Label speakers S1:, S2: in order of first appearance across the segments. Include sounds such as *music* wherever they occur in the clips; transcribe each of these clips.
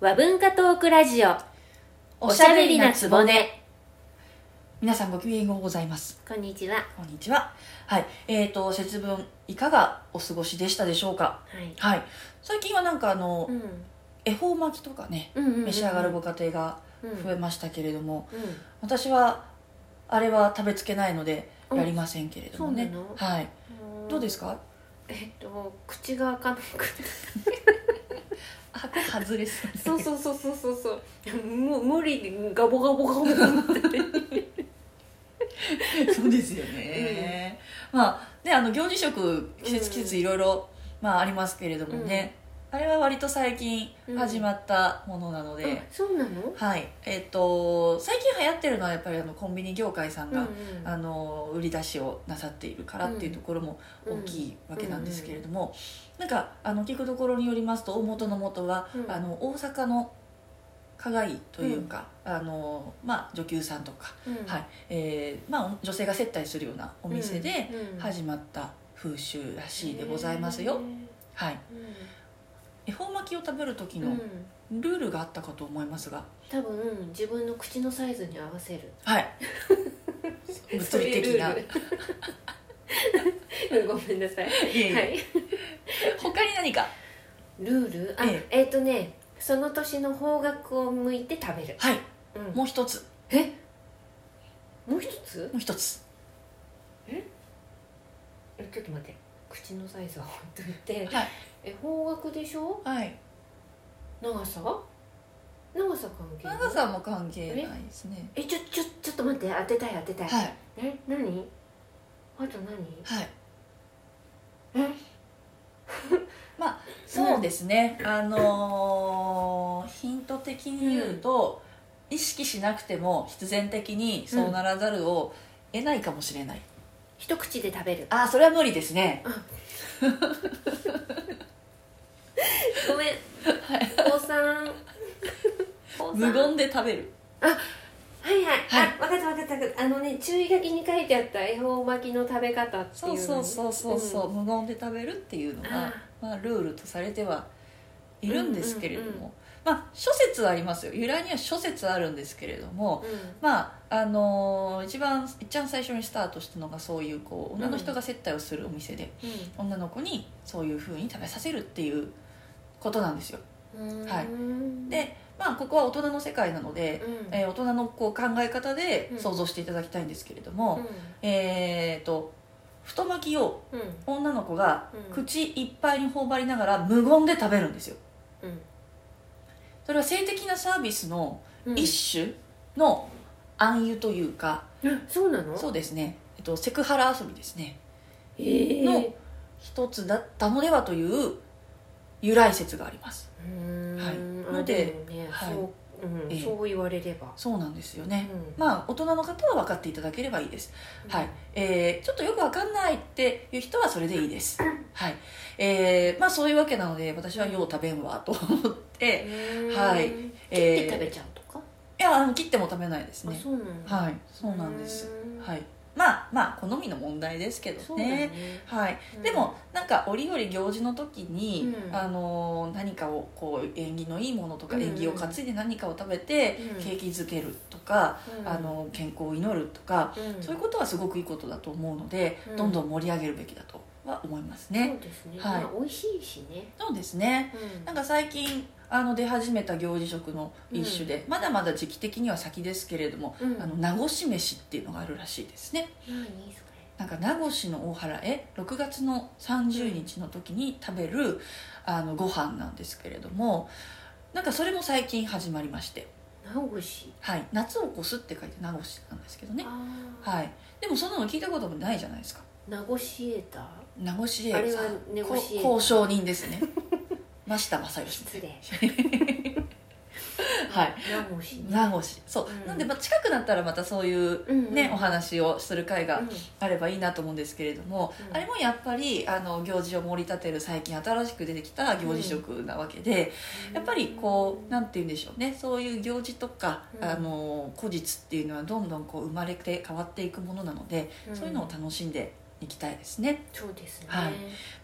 S1: 和文化トークラジオおしゃべりなつぼね
S2: 皆さんごきげんようございます
S1: こんにちは、は
S2: こんにちははいえー、と節分いかがお過ごしでしたでしょうか
S1: い
S2: はい最近はなんかあの、
S1: うん
S2: 恵方巻きとかね
S1: うんうんうん、
S2: 召し上がるご家庭が
S1: うん
S2: 増えましたけれども、
S1: うん
S2: 私はあれは食べつけないので
S1: うん
S2: やりませんけれども
S1: そう
S2: ね
S1: なの、
S2: はいどうですすか
S1: えっと口が開かなくて
S2: あこれ外れそう
S1: そうそうそうそうそうそうもう無理にガボガボガボガボって
S2: *laughs* そうですよね、まあねあの行事食季節季節いろいろ、まあ、ありますけれどもね、あれは割と最近始まったものなので、
S1: あ *laughs* そうなの
S2: はいえっ、と最近流行ってるのはやっぱりあのコンビニ業界さんが、
S1: うん
S2: あの売り出しをなさっているからっていうところも大きいわけなんですけれども、なんかあの聞くところによりますと大元の元は、
S1: うん
S2: あの大阪の加害というか、あのまあ、女給さんとか、
S1: うんうん
S2: はいえーまあ、女性が接待するようなお店で
S1: うん
S2: 始まった風習らしいでございますよ、はい、
S1: う
S2: 恵方巻きを食べる時
S1: ん、う
S2: の
S1: ん、
S2: ルールがあったかと思いますが、
S1: 多分自分の口のサイズに合わせる
S2: はい
S1: *laughs*
S2: 物理的な
S1: そういうル *laughs* ールごめんなさい
S2: いえいえ
S1: はい
S2: 他に何か
S1: ルールあ
S2: え
S1: えっ、とねその年の方角を向いて食べる、
S2: はい
S1: うん、
S2: もう一つ
S1: えもう一つ
S2: もう一つ
S1: えちょっと待って口のサイズは本当にって
S2: はい
S1: え方角でしょ
S2: はい
S1: 長さ長さ関係ない
S2: 長さも関係ないですね
S1: えちょちょちょっと待って当てたい当てたい、
S2: はい
S1: え何あと何
S2: はい
S1: え
S2: まあそうですね、あのーヒント的に言うと、意識しなくても必然的にそうならざるを得ないかもしれない、
S1: 一口で食べる
S2: ああそれは無理ですね
S1: ごめん高三高
S2: *laughs* 無言で食べる
S1: はいはい、
S2: はい
S1: あ分かった分かった分かったあのね注意書きに書いてあった恵方巻きの食べ方っていう
S2: そう
S1: の
S2: そうそうそうそう、
S1: ん
S2: 無言で食べるっていうのが
S1: あ
S2: まあ、ルールとされてはいるんですけれども、
S1: うんうんうん
S2: まあ諸説ありますよ由来には諸説あるんですけれども、
S1: うん
S2: まああのー一番いっちゃん最初にスタートしたのがそういうこう女の人が接待をするお店で、女の子にそういうふうに食べさせるっていうことなんですよ。
S1: うん
S2: はい
S1: い
S2: でまあここは大人の世界なので、
S1: うん
S2: えー大人のこう考え方で
S1: うん
S2: 想像していただきたいんですけれども、えー、と太巻きを
S1: うん
S2: 女の子が
S1: うん
S2: 口いっぱいに頬張りながら無言で食べるんですよ
S1: うん
S2: それは性的なサービスの
S1: うん
S2: 一種の暗喩というか、
S1: えそうなの
S2: そうですね、えっと、セクハラ遊びですね
S1: えー
S2: の一つだったのではという由来説があります
S1: うーん
S2: はい
S1: あ
S2: ので
S1: もね
S2: はい
S1: そううん
S2: ええ
S1: そう言われれば
S2: そうなんですよね、
S1: うん
S2: まあ大人の方は分かっていただければいいです、はいえーちょっとよく分かんないっていう人はそれでい
S1: *coughs*
S2: いです、はいえーまあそういうわけなので私はよう食べんわと思って、は
S1: はい *coughs* 切
S2: え
S1: って
S2: ー
S1: 食べちゃうとか
S2: いやあの切っても食べないです
S1: あ
S2: ね
S1: そうなんだ
S2: はいそうなんです
S1: うん
S2: はいまあまあ好みの問題ですけ
S1: そ
S2: ど
S1: うだ
S2: ね
S1: ね
S2: はい、
S1: うん
S2: でもなんか折々行事の時に、
S1: うん
S2: あのー何かをこう縁起のいいものとか
S1: うん
S2: 縁起を担いで何かを食べて
S1: うん
S2: 景気づけるとか、
S1: うん
S2: あのー健康を祈るとか、
S1: うん
S2: そういうことはすごくいいことだと思うので、
S1: うん
S2: どんどん盛り上げるべきだとは思います
S1: そ
S2: ね。
S1: うですね
S2: はい
S1: まあ美味しいしね
S2: そうですね
S1: うん
S2: なんか最近あの出始めた行事食の一種で、まだまだ時期的には先ですけれども、
S1: うん
S2: あの名護市飯っていうのがあるらしいですね
S1: 何そ
S2: なんか名護市の大原へ6月の30日の時に食べる、あのご飯なんですけれどもなんかそれも最近始まりまして、
S1: れ名越し
S2: はい、夏を越すって書いて名護市なんですけどね、
S1: あ
S2: はい、でもそんなの聞いたこともないじゃないですか
S1: ー名越シエタ
S2: 名護市へ
S1: あれはネゴ
S2: こ
S1: シエーター
S2: 交渉人ですね *laughs* 真下正義
S1: 失礼
S2: *laughs* はい
S1: 名越ね
S2: 名護市そう、
S1: うん
S2: なんで、まあ、近くなったらまたそういう
S1: うんうん
S2: ね、お話をする会が
S1: うん
S2: あればいいなと思うんですけれども、
S1: うん
S2: あれもやっぱりあの行事を盛り立てる最近新しく出てきた行事色なわけで、やっぱりこうなんて言うんでしょうねそういう行事とか、
S1: うん
S2: あの古実っていうのはどんどんこう生まれて変わっていくものなので、
S1: うん
S2: そういうのを楽しんでいきたいですね。
S1: そうですね
S2: はい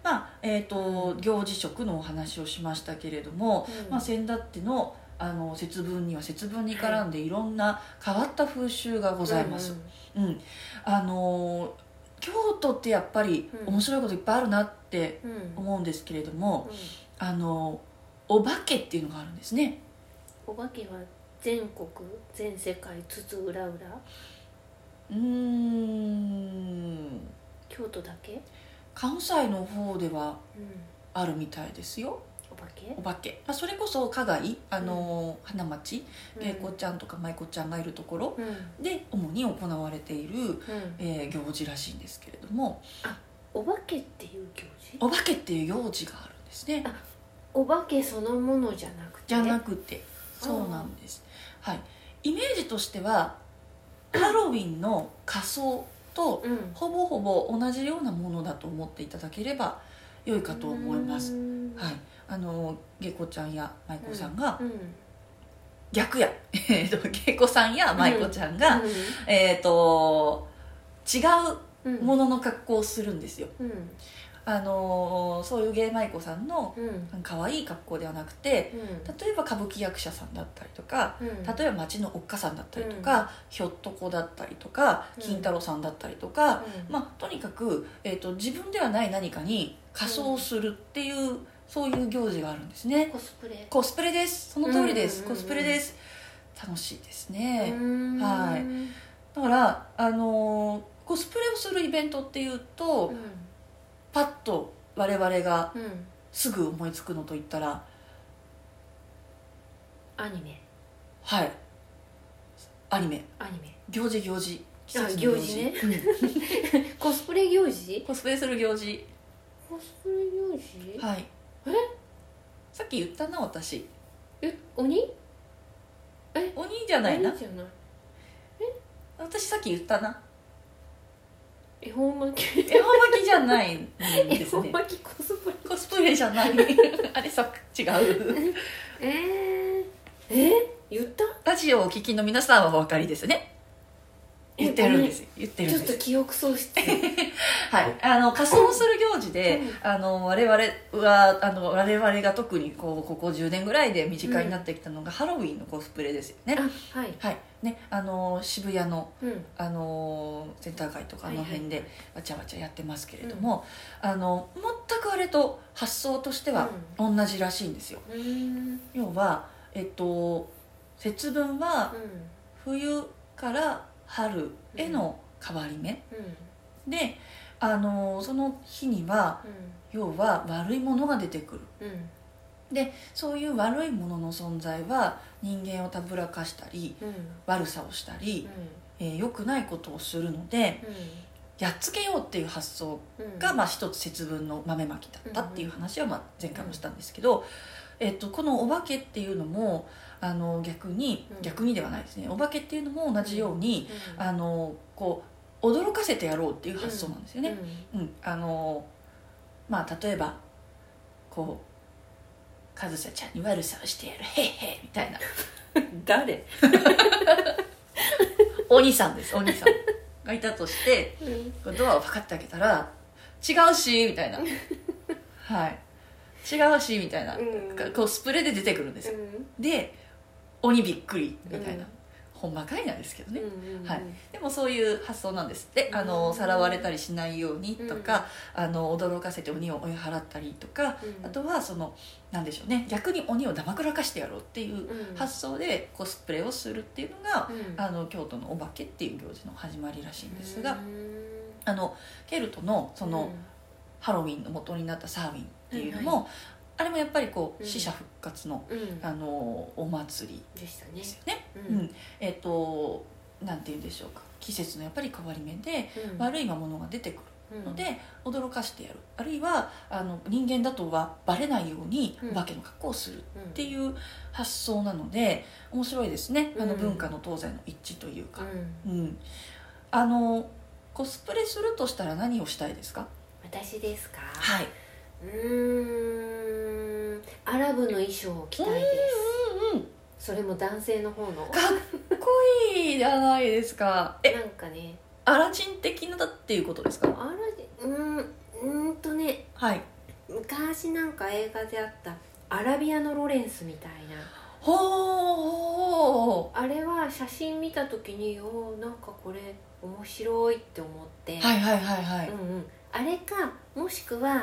S2: まあえー、と行事食のお話をしましたけれども、
S1: うん
S2: まあ、先だってのあの節分には節分に絡んでいろんな変わった風習がございます。うんあの京都ってやっぱり
S1: うん
S2: 面白いこといっぱいあるなって
S1: うんうん
S2: 思うんですけれども、
S1: うん
S2: あのお化けっていうのがあるんですね。
S1: お化けは全国全世界津々浦々
S2: うーん
S1: 京都だけ、
S2: 関西の方では
S1: うん、
S2: あるみたいですよ
S1: お化け
S2: お化け、まあ、それこそ加害あの、花町玲子
S1: うん
S2: ちゃんとか舞子ちゃんがいるところ
S1: うん、うん
S2: で主に行われている、えー行事らしいんですけれども
S1: お化けっていう行事
S2: お化けっていう行事があるんですね
S1: あお化けそのものじゃなくて
S2: じゃなくてそうなんです、はい、イメージとしてはハロウィンの仮装と
S1: うん
S2: ほぼほぼ同じようなものだと思っていただければ良いかと思います
S1: うん
S2: はい、あの芸子ちゃんや舞子さんが、
S1: うん
S2: 逆や *laughs* えっと芸子さんや舞子ちゃんが、えっ、と違
S1: うん
S2: うものの格好をするんですよ、
S1: うん
S2: あのそういう芸舞子さんの
S1: うんうん
S2: 可愛い格好ではなくて例えば歌舞伎役者さんだったりとか
S1: うん
S2: 例えば町のおっかさんだったりとか、ひょっとこだったりとか金太郎さんだったりとか、
S1: うん
S2: まあ、とにかく、えー、と自分ではない何かに仮装するっていう、そういう行事があるんですね
S1: コスプレ
S2: コスプレですその通りです、
S1: うんうんうんうん
S2: コスプレです楽しいですね、は
S1: はい
S2: だからあのーコスプレをするイベントっていうと、
S1: うん
S2: パッと我々が
S1: うん
S2: すぐ思いつくのといったら
S1: アニメ
S2: はいアニメ
S1: アニメ
S2: 行事行事季節の
S1: 行事ねコスプレ行事
S2: コスプレする行事
S1: コスプレ行事
S2: はい
S1: え
S2: さっき言ったな私
S1: え鬼
S2: 鬼じゃないな
S1: 鬼じゃない
S2: 私さっき言ったな
S1: 恵方巻き
S2: 絵本巻きじゃないん
S1: 恵
S2: です
S1: 方 *laughs*
S2: ね
S1: 巻きコスプレ
S2: コスプレじゃない *laughs* あれさ違う
S1: *laughs* えー、え言った
S2: ラジオをお聞きの皆さんはお分かりですね。
S1: え
S2: 言ってるんです。言ってる
S1: ちょっ
S2: んで
S1: と
S2: す。
S1: 記憶喪失
S2: はい。あの、仮装する行事で、あの、我々は、あの、我々が特にこう、ここ10年ぐらいで身近になってきたのが、ハロウィンのコスプレですよね。
S1: あはい
S2: はい。ね、あの、渋谷の、
S1: うん
S2: あの、センター街とかあの辺
S1: は
S2: で、わちゃわちゃやってますけれども、あの、全くあれと発想としては同じらしいんですよ。
S1: うーん
S2: 要は、えっと、節分は
S1: う、ん
S2: 冬から春への変わり目、
S1: うん
S2: であのその日には要は悪いものが出てくる
S1: うんうん
S2: そういう悪いものの存在は人間をたぶらかしたり
S1: うん
S2: 悪さをしたり、
S1: う
S2: えー良くないことをするので
S1: ん
S2: やっつけようっていう発想
S1: うん
S2: が、まあ、一つ節分の豆まきだったっていう話は、まあ、前回もしたんですけど、えっと、このお化けっていうのもあの逆に
S1: うん
S2: 逆にではないですねお化けっていうのも同じように、あのこう驚かせてやろうっていう発想なんですよ
S1: うん
S2: ね。うんあのまあ例えばこう「かずさちゃんに悪さをしてやるへいへい」みたい
S1: *laughs*
S2: な
S1: うん誰
S2: お兄さんですお兄さんがいたとして
S1: うん
S2: こうドアをパカッて開けたら「違うし」みたいな「はい違うし」みたいな、
S1: うん
S2: こうスプレーで出てくるんですよ。で「鬼びっくり」みたいな、
S1: うん
S2: ほんまかいなんですけどね。
S1: うん
S2: はいでもそういう発想なんですってあ
S1: う
S2: の
S1: ん
S2: さらわれたりしないようにとか、あの驚かせて鬼を追い払ったりとか
S1: うん
S2: あとはそのなんでしょうね逆に鬼をだまくらかしてやろうっていう
S1: うん
S2: 発想でコスプレをするっていうのが、
S1: うん
S2: あの京都のお化けっていう行事の始まりらしいんです
S1: う
S2: が、
S1: ん
S2: あのケルトのその、
S1: うん
S2: ハロウィンの元になったサーウィンっていうのも、
S1: は
S2: あれもやっぱりこう、
S1: うん
S2: 死者復活の
S1: うん
S2: あのお祭り
S1: でしたね
S2: ですよね。
S1: う
S2: うんん、えっ、となんて言うんでしょうか季節のやっぱり変わり目で
S1: うん
S2: 悪い魔物が出てく
S1: う
S2: る
S1: ん
S2: ので、驚かしてやるあるいはあの人間だとはバレないように
S1: うん
S2: お化けの格好をするっ
S1: うん
S2: ていう発想なので面白いですねあの
S1: うん
S2: 文化の東西の一致というか
S1: う、ん
S2: うんあのコスプレするとしたら何をしたいですか
S1: 私ですか
S2: はいう
S1: ーんアラブの衣装を着たいで
S2: うんうん
S1: すそれも男性の方の
S2: かっこいいじゃないですかえ
S1: なんかね
S2: アラジン的なだっていうことですか
S1: あらうーんうーんとね
S2: はい
S1: 昔なんか映画であったアラビアのロレンスみたいな
S2: あほうほ
S1: あれは写真見た時におーなんかこれ面白いって思って、
S2: うはいはいはいは
S1: う
S2: い
S1: んうん、あれかもしくは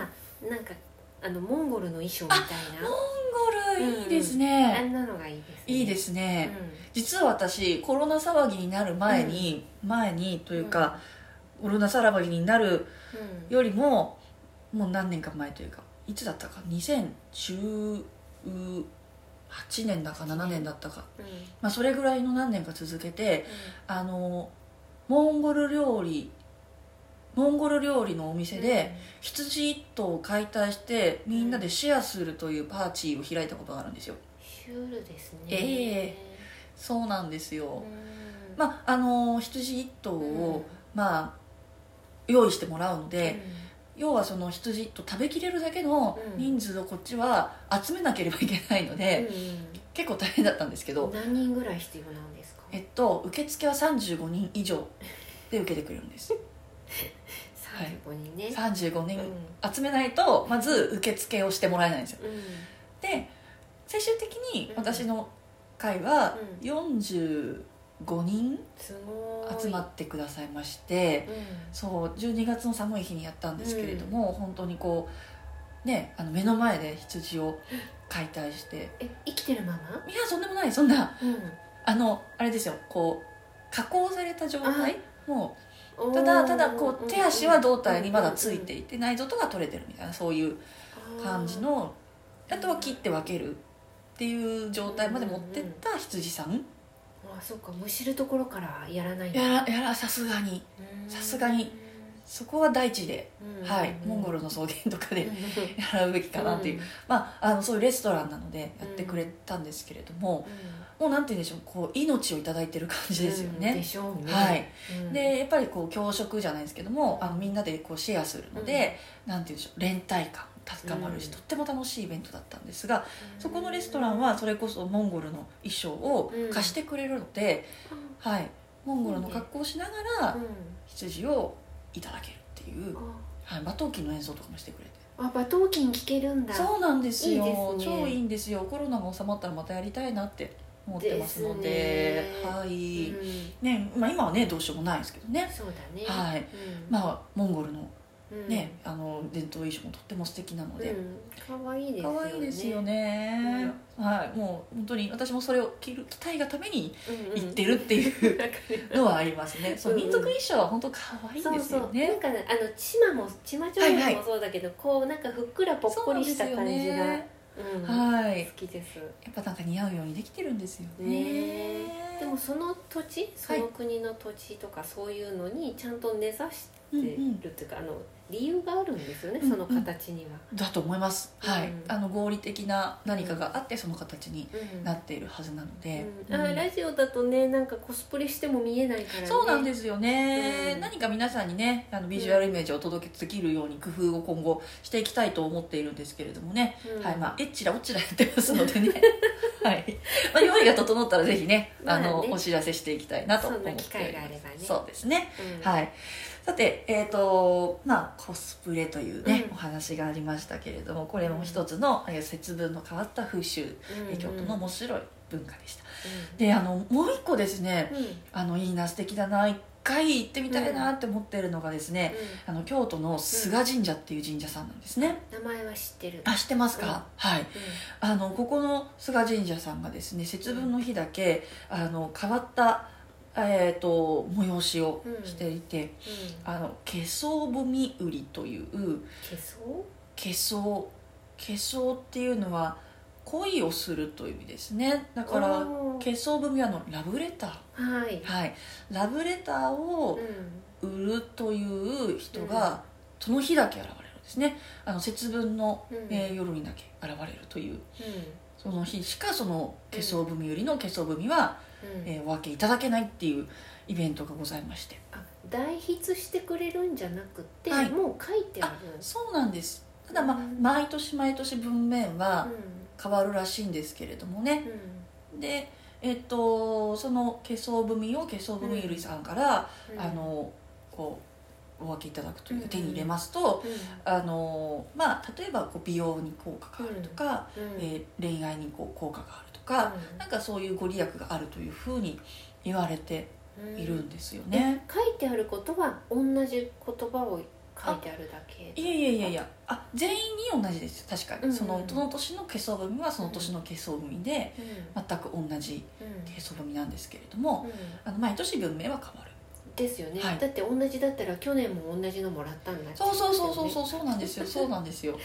S1: なんかあのモンゴルの衣装みたい
S2: モ
S1: な
S2: ンゴルいいです
S1: あ
S2: ね、
S1: んなのがいいです、、
S2: いいですすね、実は私コロナ騒ぎになる前に、前にというか、コロナ騒ぎになる
S1: うん
S2: よりももう何年か前というかいつだったか2018年だか7年だったか、
S1: うんうん
S2: まあ、それぐらいの何年か続けてあのモンゴル料理モンゴル料理のお店で、羊一頭を解体してみんなでシェアするというパーティーを開いたことがあるんですよ
S1: シュールですね
S2: ええそうなんですよ、
S1: うん
S2: まああの羊一頭を、まあ用意してもらうの
S1: うん
S2: で、要はその羊と食べきれるだけの
S1: うん
S2: 人数をこっちは集めなければいけないので、結構大変だったんですけ
S1: うん
S2: ど、
S1: 何人ぐらい必要なんですか
S2: えっと受付は35人以上で受けてくれるんです
S1: 35人ね、
S2: 35
S1: うん
S2: 人集めないとまず受付をしてもらえないんですよ
S1: うん
S2: で最終的に
S1: うん
S2: 私の会は
S1: う
S2: 45人
S1: すごい
S2: 集まってくださいまして、
S1: う
S2: そう12月の寒い日にやったんですけれども、本当にこうねあの目の前で羊を解体して
S1: ん、え生きてるまま、
S2: いやそんでもないそんな
S1: うん
S2: あのあれですよこう加工された状態もう
S1: た
S2: ただただこう手足は胴体にまだついていて内臓とか取れてるみたいなそういう感じのあとは切って分けるっていう状態まで持ってった羊さん
S1: あーあそうかむしるところからやらないんだ
S2: やらやらさすがに
S1: うん
S2: さすがにそこは大地で、
S1: うん
S2: はい、モンゴルの草原とかでやらうべきかなっていう、まあ、あのそういうレストランなのでやってくれたんですけれども、もうなんて言うんでしょうこう命をいただいてる感じですよ
S1: うんで
S2: ね、
S1: しょうね
S2: はい、
S1: うん
S2: でやっぱりこう教食じゃないですけどもあのみんなでこうシェアするので、なんて言うんでしょう連帯感高まる
S1: う
S2: し、
S1: ん
S2: とっても楽しいイベントだったんですがそこのレストランはそれこそモンゴルの衣装を貸してくれるので、はい、モンゴルの格好をしながら
S1: うん
S2: 羊をいただけるっていう、
S1: あ
S2: はい、馬頭琴の演奏とかもしてくれて。
S1: あ馬頭琴聞けるんだ
S2: そうなんです
S1: い
S2: よ
S1: いですね
S2: 超いいんですよコロナが収まったらまたやりたいなって思ってますので
S1: ですね
S2: はい、
S1: うん
S2: ねまあ、今はねどうしようもないですけどね
S1: そうだね
S2: はい
S1: うん
S2: まあモンゴルの
S1: うん
S2: ね、あの伝統衣装もとっても素敵なので、
S1: うん可愛いです
S2: 可
S1: よね
S2: 愛いですよね、はいもう本当に私もそれを着る着たいがために行
S1: *laughs*
S2: ってるっていう
S1: なんかね
S2: のはありますね、そう
S1: うん
S2: 民族衣装は本当可愛いん
S1: そう
S2: です
S1: そう
S2: よ
S1: な
S2: ね
S1: んかねあのチマもチマ女
S2: はい
S1: 優
S2: は
S1: もそうだけど、こうなんかふっくらぽっこりした感じが、うん
S2: はい
S1: 好きです
S2: やっぱなんか似合うようにできてるんですよ
S1: ね
S2: ね
S1: でもその土地その国の土地とかそういうのにちゃんと根ざして
S2: うん
S1: る
S2: うん
S1: っていうか、あの理由があるんですよね
S2: うんう
S1: そ
S2: ん
S1: の形には、
S2: だと思います、はい
S1: うん
S2: あの合理的な何かがあってその形に
S1: うん
S2: なっているはずなので、
S1: うんあ
S2: うん
S1: ラジオだとねなんかコスプレしても見えないから、ね、
S2: そうなんですよね、
S1: うん
S2: 何か皆さんにねあのビジュアルイメージをお届けできるように工夫を今後していきたいと思っているんですけれどもね、
S1: うん
S2: はいまあエッチラオッチラやってますの
S1: *laughs*
S2: でねはい、まあ、用意が整ったらぜひねあの
S1: まあね
S2: お知らせしていきたいなと思っております
S1: そんな機会があればね
S2: そうですね
S1: うん
S2: はい、さて、えーとまあ、コスプレという、ね
S1: うん
S2: お話がありましたけれどもこれも一つの、えー節分の変わった風習、
S1: うん
S2: えー京都の面白い文化でした。
S1: う
S2: であのもう一個ですね
S1: んうんうん
S2: あのいいな素敵だな一回行ってみたいなって思ってるのがですね、あの京都の菅神社っていう神社さんなんですね。
S1: 名前は知ってる、
S2: あ知ってますか、
S1: うん
S2: はいあのここの菅神社さんがですね節分の日だけあの変わった、えー、と催しをしていて、
S1: うん
S2: あの化粧踏み売りという
S1: けそ
S2: 化粧化粧っていうのは恋をするという意味ですねだ
S1: う
S2: から
S1: あ
S2: 化
S1: ー
S2: 粧踏みはあのラブレター
S1: はい、
S2: はいラブレター
S1: う
S2: を
S1: ん
S2: 売るという人がその日だけ現れるんですねあの節分の、
S1: うん
S2: えー夜にだけ現れるという
S1: う
S2: その日しかその化粧踏み売りの化粧踏みは、
S1: んうん
S2: えーお分けいただけないっていうイベントがございまして
S1: あ代筆してくれるんじゃなくて、
S2: はい
S1: もう書いてあるんです
S2: そうなんですただまあ
S1: うん
S2: 毎年毎年文面は、
S1: うん
S2: 変わるらしいんですけれどもね
S1: う
S2: でえっとその化粧踏を化粧踏みゆりさんから、
S1: ん
S2: あ、のこうお分けいただくというか
S1: うん
S2: 手に入れますと、
S1: うん
S2: あのまあ例えばこう美容に効果があるとか、
S1: うん
S2: えー恋愛にこう効果があるとかか、
S1: うん
S2: なんかそういうご利益があるというふうに言われて
S1: うん
S2: いるんですよね。
S1: 書いてあることは同じ言葉を書いてあるだけ
S2: いやいやいやいやあ全員に同じですよ確かに、
S1: うんうん
S2: そのその年の化粧文はその年の化粧文で
S1: うん
S2: 全く同じ
S1: うん
S2: 化粧文なんですけれど
S1: う
S2: も、
S1: ん
S2: あの毎年文明は変わる
S1: ですよね、
S2: はい
S1: だって同じだったら去年も同じのもらったんだ
S2: そうそうそうそう
S1: う、
S2: そうそうなんですよそうなんですよ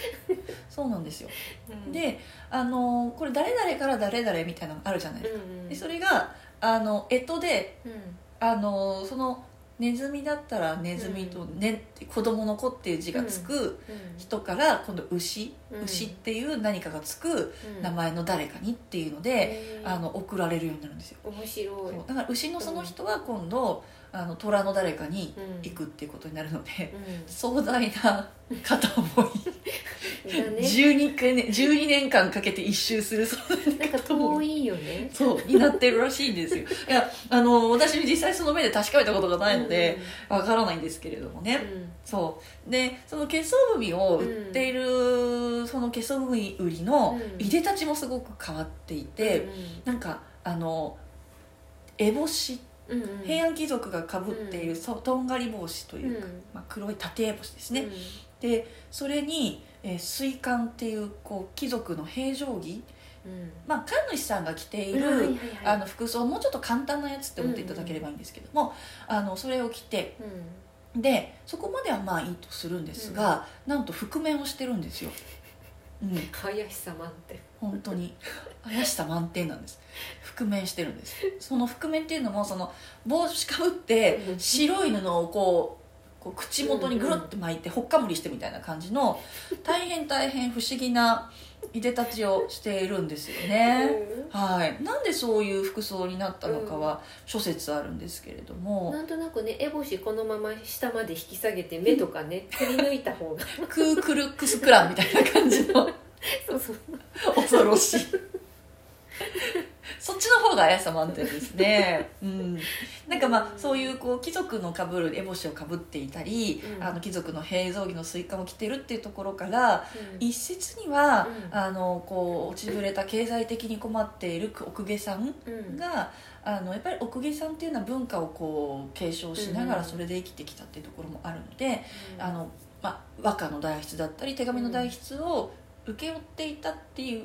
S2: そうなん *laughs* ですよ
S1: うん、
S2: であのこれ誰々から誰々みたいなのあるじゃないですか、
S1: うんうん、
S2: でそれがあの干支で
S1: うん
S2: あのそのネズミだったらネズミと、ねって子供の子っていう字がつく人から今度牛、
S1: うん
S2: 牛っていう何かがつく
S1: うん、
S2: 名前の誰かにっていうので、
S1: で
S2: あの送られるようになるんですよ
S1: 面白い
S2: そうだから牛のその人は今度あの虎の誰かに行くっていうことになるので、
S1: う
S2: 壮大な片思い
S1: ん、だね
S2: 12回ね12年間かけて一周するそう
S1: なんか遠いよね
S2: そうになってるらしいんですよいやあの私実際その目で確かめたことがないのでわからないんですけれども
S1: うん
S2: ね、そうでその化粧文を売っている、その化粧文売りの
S1: うん
S2: いでたちもすごく変わっていて、なんかあの烏帽子
S1: うんうん、
S2: 平安貴族がかぶっている、そうとんがり帽子というか、
S1: うん
S2: まあ、黒い縦烏帽子ですね、
S1: うん
S2: でそれに、えー水管っていうこう貴族の平常着、
S1: うん
S2: まあ、神主さんが着てい
S1: うんはいはい
S2: る、
S1: はい
S2: あの服装もうちょっと簡単なやつって思っていただければいいんですけども、あのそれを着て
S1: うん
S2: でそこまではまあいいとするんですが、なんと覆面をしてるんですよ。うん、
S1: 林様って
S2: 本当に怪しさ満点なんです覆面してるんですその覆面っていうのもその帽子かぶって
S1: うん
S2: 白い布をこうこう口元にぐるっと巻いてほっかむりしてみたいな感じの大変大変不思議ないでたちをしているんですよねはいなんでそういう服装になったのかは諸説あるんですけれど
S1: うん
S2: も
S1: なんとなくね烏帽子このまま下まで引き下げて目とかね取り抜いた方
S2: *laughs*
S1: が
S2: クークルックスクランみたいな感じの
S1: そうそう
S2: *laughs* 恐ろしいそっちの方が怪しさ満点ですね、うん、なんかまあそういうこう貴族のかぶる烏帽子をかぶっていたり、
S1: うん
S2: あの貴族の平蔵着のスイカを着てるっていうところから
S1: うん
S2: 一説には、
S1: うん
S2: あのこう落ちぶれた経済的に困っている奥下さん
S1: うん
S2: が、あのやっぱり奥下さんっていうのは文化をこう継承しなが
S1: う
S2: ら
S1: ん
S2: それで生きてきたっていうところもあるので、あのまあ、和歌の代筆だったり手紙の代筆を請け負っていたっていう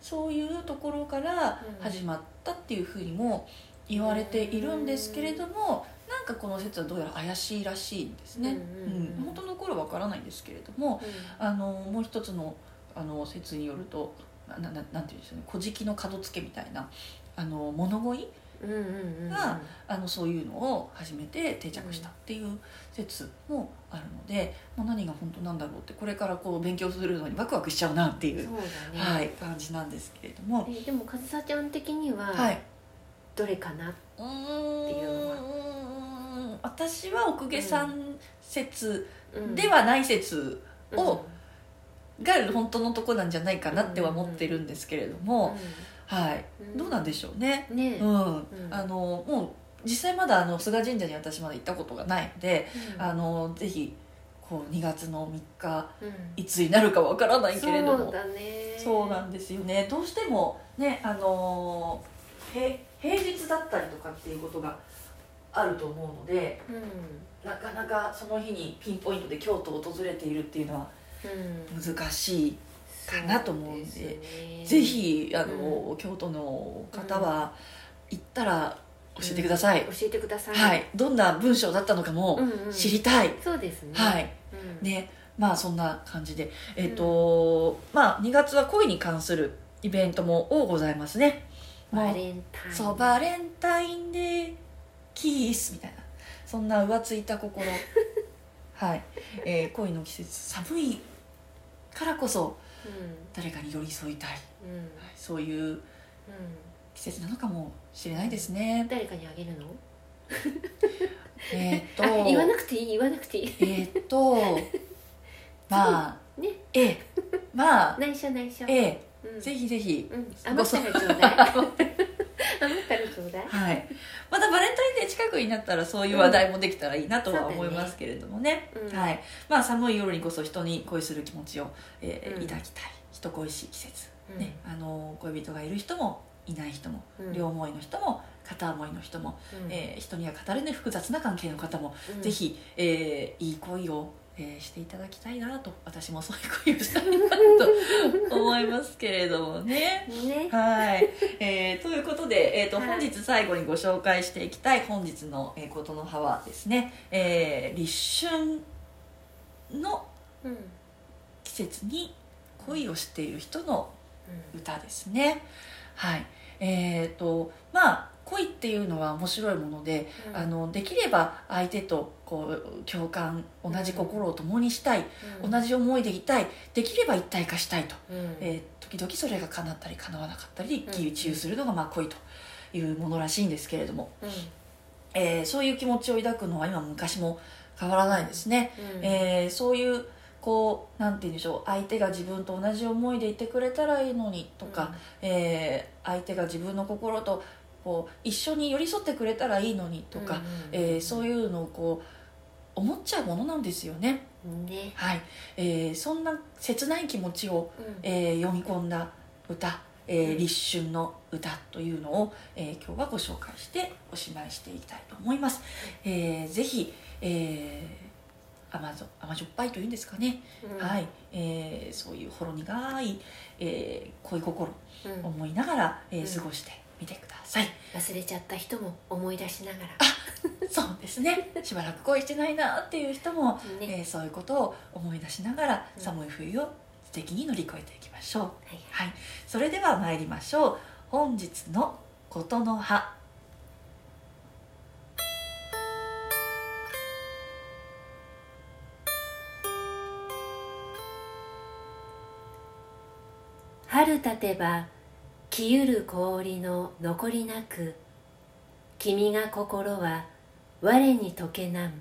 S2: そういうところから
S1: うん
S2: 始まったっていうふうにも言われているんですけれども、なんかこの説はどうやら怪しいらしいんですね。
S1: う
S2: うん
S1: うんうん
S2: ん本当の頃はわからないんですけれどもあのもう一つのあの説によるとななななんていうんでしょうね「古事記の角付け」みたいなあの物乞い
S1: うんうんうんうん
S2: があのそういうのを始めて定着したっていう説もあるので、まあ、何が本当なんだろうってこれからこう勉強するのにワクワクしちゃうなっていう
S1: そうだね、
S2: はい、感じなんですけれども、
S1: えでもかずさちゃん的に
S2: は、
S1: はいどれかな、
S2: うーん私は奥下さん説
S1: うん
S2: ではない説
S1: うん
S2: をが本当のとこなんじゃないかなっては思ってるんですけれども、はい、どうなんでしょうね。
S1: うんね
S2: う、ん
S1: ん
S2: あのもう実際まだあの菅神社に私まだ行ったことがないので、
S1: うん
S2: あのぜひこう2月の3日
S1: うん
S2: いつになるかわからないけれども
S1: そうだね
S2: そうなんですよねどうしてもねあのーへ平日だったりとかっていうことがあると思うので
S1: うん、うん
S2: なかなかその日にピンポイントで京都を訪れているっていうのは難しい、かなと思うんで
S1: そですね
S2: ぜひあの、京都の方は行ったら教えてください、
S1: 教えてください、
S2: はい、どんな文章だったのかも
S1: うんうん、
S2: 知りたい、
S1: そうですね、
S2: はいい
S1: うん、
S2: ねまあそんな感じでえっ、と、まあ2月は恋に関するイベントも多ございますね
S1: バ
S2: も
S1: レンタイ
S2: う
S1: ン
S2: そうバレンタインデーキースみたいなそんな浮つい
S1: *laughs*
S2: た心はい、えー恋の季節寒いからこそ
S1: うん
S2: 誰かに寄り添いたい、はい、
S1: うんうん
S2: そういう季節なのかもしれないですね
S1: 誰かにあげるの
S2: えっと
S1: あ言わなくていい言わなくていい
S2: えっ
S1: *laughs*
S2: とまあ
S1: ね
S2: ええまあ
S1: 内緒内緒
S2: ええ
S1: *laughs* うん
S2: ぜひぜひ
S1: うん、余
S2: ご
S1: っ
S2: そ
S1: たらちょ
S2: *laughs*
S1: うだい余ったらちょうだい
S2: はい、またバレンタインデー近くになったらそういう話題もできたらいいなとは思いますけれどもね,、
S1: うんそうだよねうん
S2: はいまあ、寒い夜にこそ人に恋する気持ちを、えー
S1: うん
S2: 抱きたい人恋しい季節、
S1: うん
S2: ね、あの恋人がいる人もいない人も、
S1: うん
S2: 両思いの人も片思いの人も、
S1: うん
S2: えー人には語れない複雑な関係の方も、
S1: うん
S2: ぜひ、えーいい恋を、えーしていただきたいなと私もそういう恋をしたいなと思いますけれどもね。
S1: ね
S2: はい、えーということで、えーと
S1: はい
S2: 本日最後にご紹介していきたい本日の「えー、ことの葉」はですね、えー立春の
S1: うんうん
S2: 季節に恋をしている人の歌ですね。はい、えーとまあ恋っていうのは面白いもので、
S1: うん
S2: あのできれば相手とこう共感同じ心を共にしたい、
S1: うん
S2: 同じ思いでいたいできれば一体化したいと
S1: うん
S2: えー時々それが叶ったり叶わなかったり
S1: うん
S2: 一喜一憂するのがまあ恋というものらしいんですけれども、
S1: うん
S2: えーそういう気持ちを抱くのは今昔も変わらないですね、
S1: うん
S2: えーそういうこうなんて言うんでしょう相手が自分と同じ思いでいてくれたらいいのにとか、えー相手が自分の心とこう一緒に寄り添ってくれたらいいのにとか、えーそういうのをこう思っちゃうものなんですよね、
S1: うんね
S2: はいえーそんな切ない気持ちを
S1: うん
S2: えー読み込んだ歌、えー立春の歌というのを、えー今日はご紹介しておしまいしていきたいと思います、えーぜひ、えー甘ぞ甘じょっぱいというんですかね、
S1: うん
S2: はい、えーそういうほろ苦い、えー恋心
S1: うん
S2: 思いながら、えー
S1: うん
S2: 過ごしてみてください、
S1: 忘れちゃった人も思い出しながら
S2: そうですねしばらく恋してないなっていう人も、
S1: ね
S2: えーそういうことを思い出しながら
S1: うん
S2: 寒い冬を素敵に乗り越えていきましょう
S1: はい
S2: はい、それでは参りましょう本日の「ことの葉」
S1: 春たてばきゆる氷の残りなく君が心は我に溶けなん